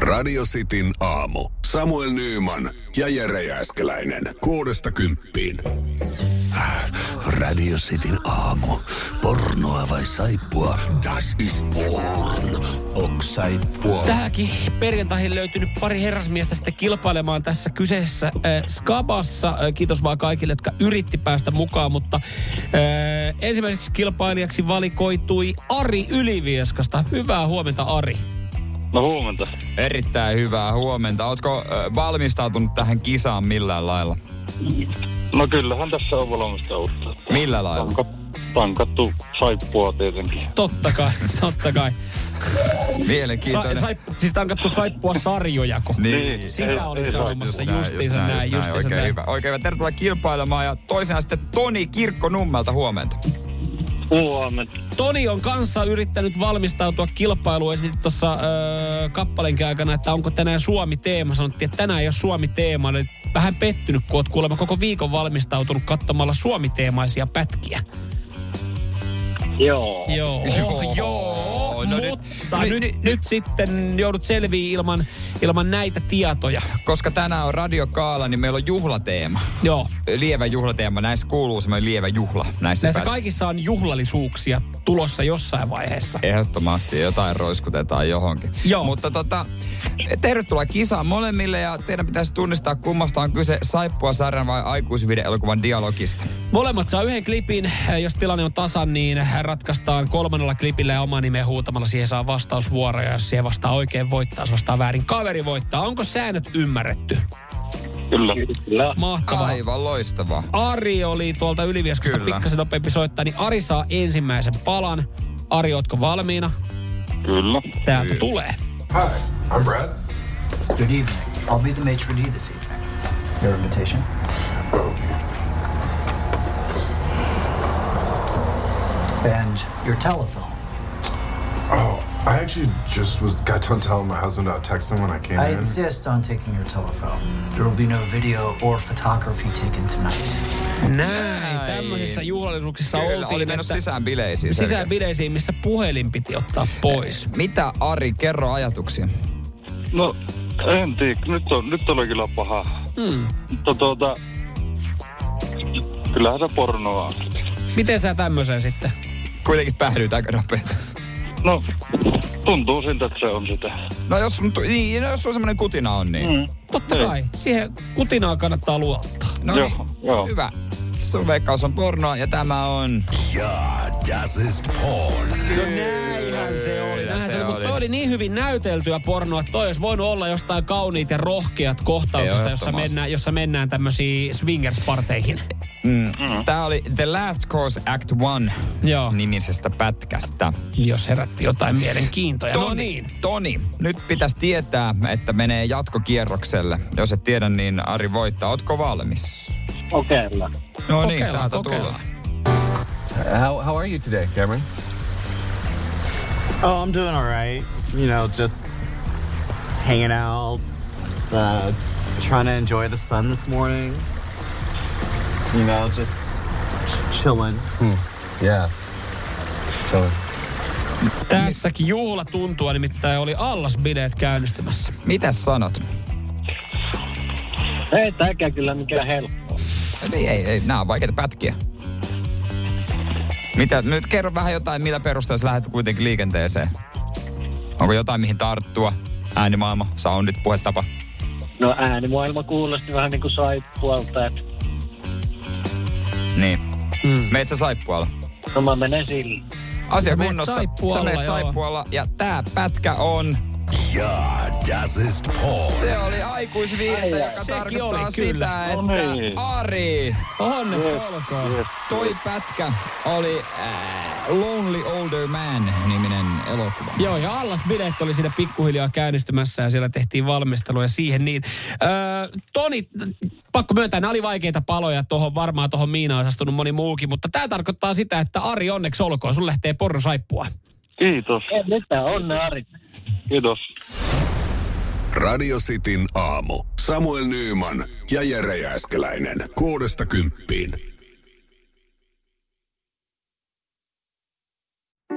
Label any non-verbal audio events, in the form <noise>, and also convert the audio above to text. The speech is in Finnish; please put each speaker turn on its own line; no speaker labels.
Radio Cityn aamu. Samuel Nyyman ja Jere Jääskeläinen. Kuudesta kymppiin. Ah, Radio Cityn aamu. Pornoa vai saippua? Das ist porn. Ok saippua.
Tähänkin perjantaihin löytynyt pari herrasmiestä sitten kilpailemaan tässä kyseessä äh, Skabassa. Äh, kiitos vaan kaikille, jotka yritti päästä mukaan, mutta äh, ensimmäiseksi kilpailijaksi valikoitui Ari Ylivieskasta. Hyvää huomenta Ari.
No huomenta.
Erittäin hyvää huomenta. Ootko ö, valmistautunut tähän kisaan millään lailla?
No kyllähän tässä on valmistauduttu.
Millä lailla?
Tanka, tankattu saippua tietenkin.
Totta kai, <laughs> totta kai. Sa-
Mielenkiintoinen.
saip, siis tankattu saippua sarjojako.
niin.
Ei,
Sitä olit
ei,
sanomassa
Just
justiinsa näin,
just
justiinsa
oikein
näin.
hyvä. Oikein hyvä. Tervetuloa kilpailemaan ja toisena sitten Toni Kirkkonummelta huomenta.
Huomenta.
Toni on kanssa yrittänyt valmistautua kilpailuun. Esitit tuossa öö, kappalenkin aikana, että onko tänään Suomi-teema. Sanottiin, että tänään ei ole Suomi-teema. Olet vähän pettynyt, kun oot kuulemma koko viikon valmistautunut katsomalla Suomi-teemaisia pätkiä.
Joo.
Joo,
Joo.
joo.
No
No
nyt-
mutta
ni-
nyt, nyt,
ni-
nyt, nyt sitten joudut selviä ilman, ilman näitä tietoja.
Koska tänään on radiokaala, niin meillä on juhlateema.
Joo.
Lievä juhlateema. Näissä kuuluu semmoinen lievä juhla. Näissä,
Näissä
päivissä.
kaikissa on juhlallisuuksia tulossa jossain vaiheessa.
Ehdottomasti jotain roiskutetaan johonkin.
Joo.
Mutta tota, tervetuloa kisaan molemmille ja teidän pitäisi tunnistaa kummasta on kyse saippua sarjan vai aikuisvideoelokuvan dialogista.
Molemmat saa yhden klipin. Äh, Jos tilanne on tasan, niin ratkaistaan kolmannella klipillä ja oma nimeä huutamalla. Siihen saa vastausvuoroja. Jos siihen vastaa oikein voittaa, jos vastaa väärin kaveri voittaa. Onko säännöt ymmärretty?
Kyllä. Kyllä.
Mahtavaa.
Aivan loistavaa.
Ari oli tuolta Ylivieskasta
Kyllä.
pikkasen nopeampi soittaa, niin Ari saa ensimmäisen palan. Ari, ootko valmiina?
Kyllä.
Täältä tulee.
Hi, I'm Brad.
Good evening. I'll be the maitre d' this evening. Your invitation. And your telephone.
Oh, I actually just was got done telling my husband I would text him when I came
I
in.
insist on taking your telephone. There will be no video or photography taken tonight.
Näin. Tämmöisissä juhlallisuuksissa
Kyllä,
oltiin.
oli mennyt
että
sisään bileisiin.
sisään
selkeä.
bileisiin, missä puhelin piti ottaa pois.
Mitä Ari, kerro ajatuksia.
No, en tiedä. Nyt, on, nyt oli kyllä paha.
Mm.
Mutta tuota, kyllähän se pornoa on.
Miten sä tämmöiseen sitten?
Kuitenkin päädyit aika nopeasti.
No, tuntuu siltä, että se on sitä.
No jos, sun tu- niin, no jos sulla semmoinen kutina on, niin... Mm.
Totta
Niin.
kai. Siihen kutinaa kannattaa luottaa.
No
Joo,
niin,
joo.
hyvä. Sun veikkaus on pornoa ja tämä on...
Ja, das ist porn.
No näinhän se oli.
Kyllä
Näinhän
se
se oli. Mutta
oli.
toi oli niin hyvin näyteltyä pornoa, että toi olisi voinut olla jostain kauniit ja rohkeat kohtauksista, jossa
Ehdottomasti.
mennään, jossa mennään tämmöisiin swingers-parteihin.
Mm. Tää oli The Last Course Act 1
Joo.
nimisestä pätkästä.
Jos herätti jotain mielenkiintoja. No niin.
Toni, nyt pitäisi tietää, että menee jatkokierrokselle. Jos et tiedä, niin Ari voittaa. Ootko valmis?
Kokeilla.
No niin,
Kokeillaan,
täältä
kokeillaan.
tulee.
How, how are you today, Cameron?
Oh, I'm doing all right. You know, just hanging out, uh, trying to enjoy the sun this morning. You know, just chilling.
Yeah. Chilling.
Tässäkin juhla tuntua nimittäin oli allasbileet käynnistymässä.
Mitäs sanot?
Ei tääkään kyllä mikään helppo.
Ei, ei, ei. Nämä on vaikeita pätkiä. Mitä? Nyt kerro vähän jotain, millä perusteella sä lähdet kuitenkin liikenteeseen. Onko jotain, mihin tarttua? Äänimaailma, soundit, puhetapa.
No äänimaailma kuulosti vähän niin kuin saippualta, että
Niin. Mm. Meet sä saippualla.
no mä menen sillä.
Asia
Sä meet
kunnossa.
saippualla,
sä meet
joo.
saippualla ja tää pätkä on...
Ja, das ist Porn.
Se oli aikuisviihdettä, joka
Sekin
tarkoittaa
oli,
sitä,
kyllä.
että
No niin.
Ari, onneksi olkoon. Toi pätkä oli äh, Lonely Older Man-niminen elokuva.
Joo, ja Allas bileet oli siinä pikkuhiljaa käynnistymässä ja siellä tehtiin valmisteluja siihen niin. Öö, Toni, pakko myöntää, nämä oli vaikeita paloja tuohon, varmaan tuohon Miinaan on astunut moni muukin, mutta tämä tarkoittaa sitä, että Ari onneksi olkoon, sun lähtee porno saippua.
Kiitos.
Ei mitään, onne Ari.
Kiitos.
Radio Cityn aamu. Samuel Nyyman ja Jere Jääskeläinen. Kuudesta kymppiin.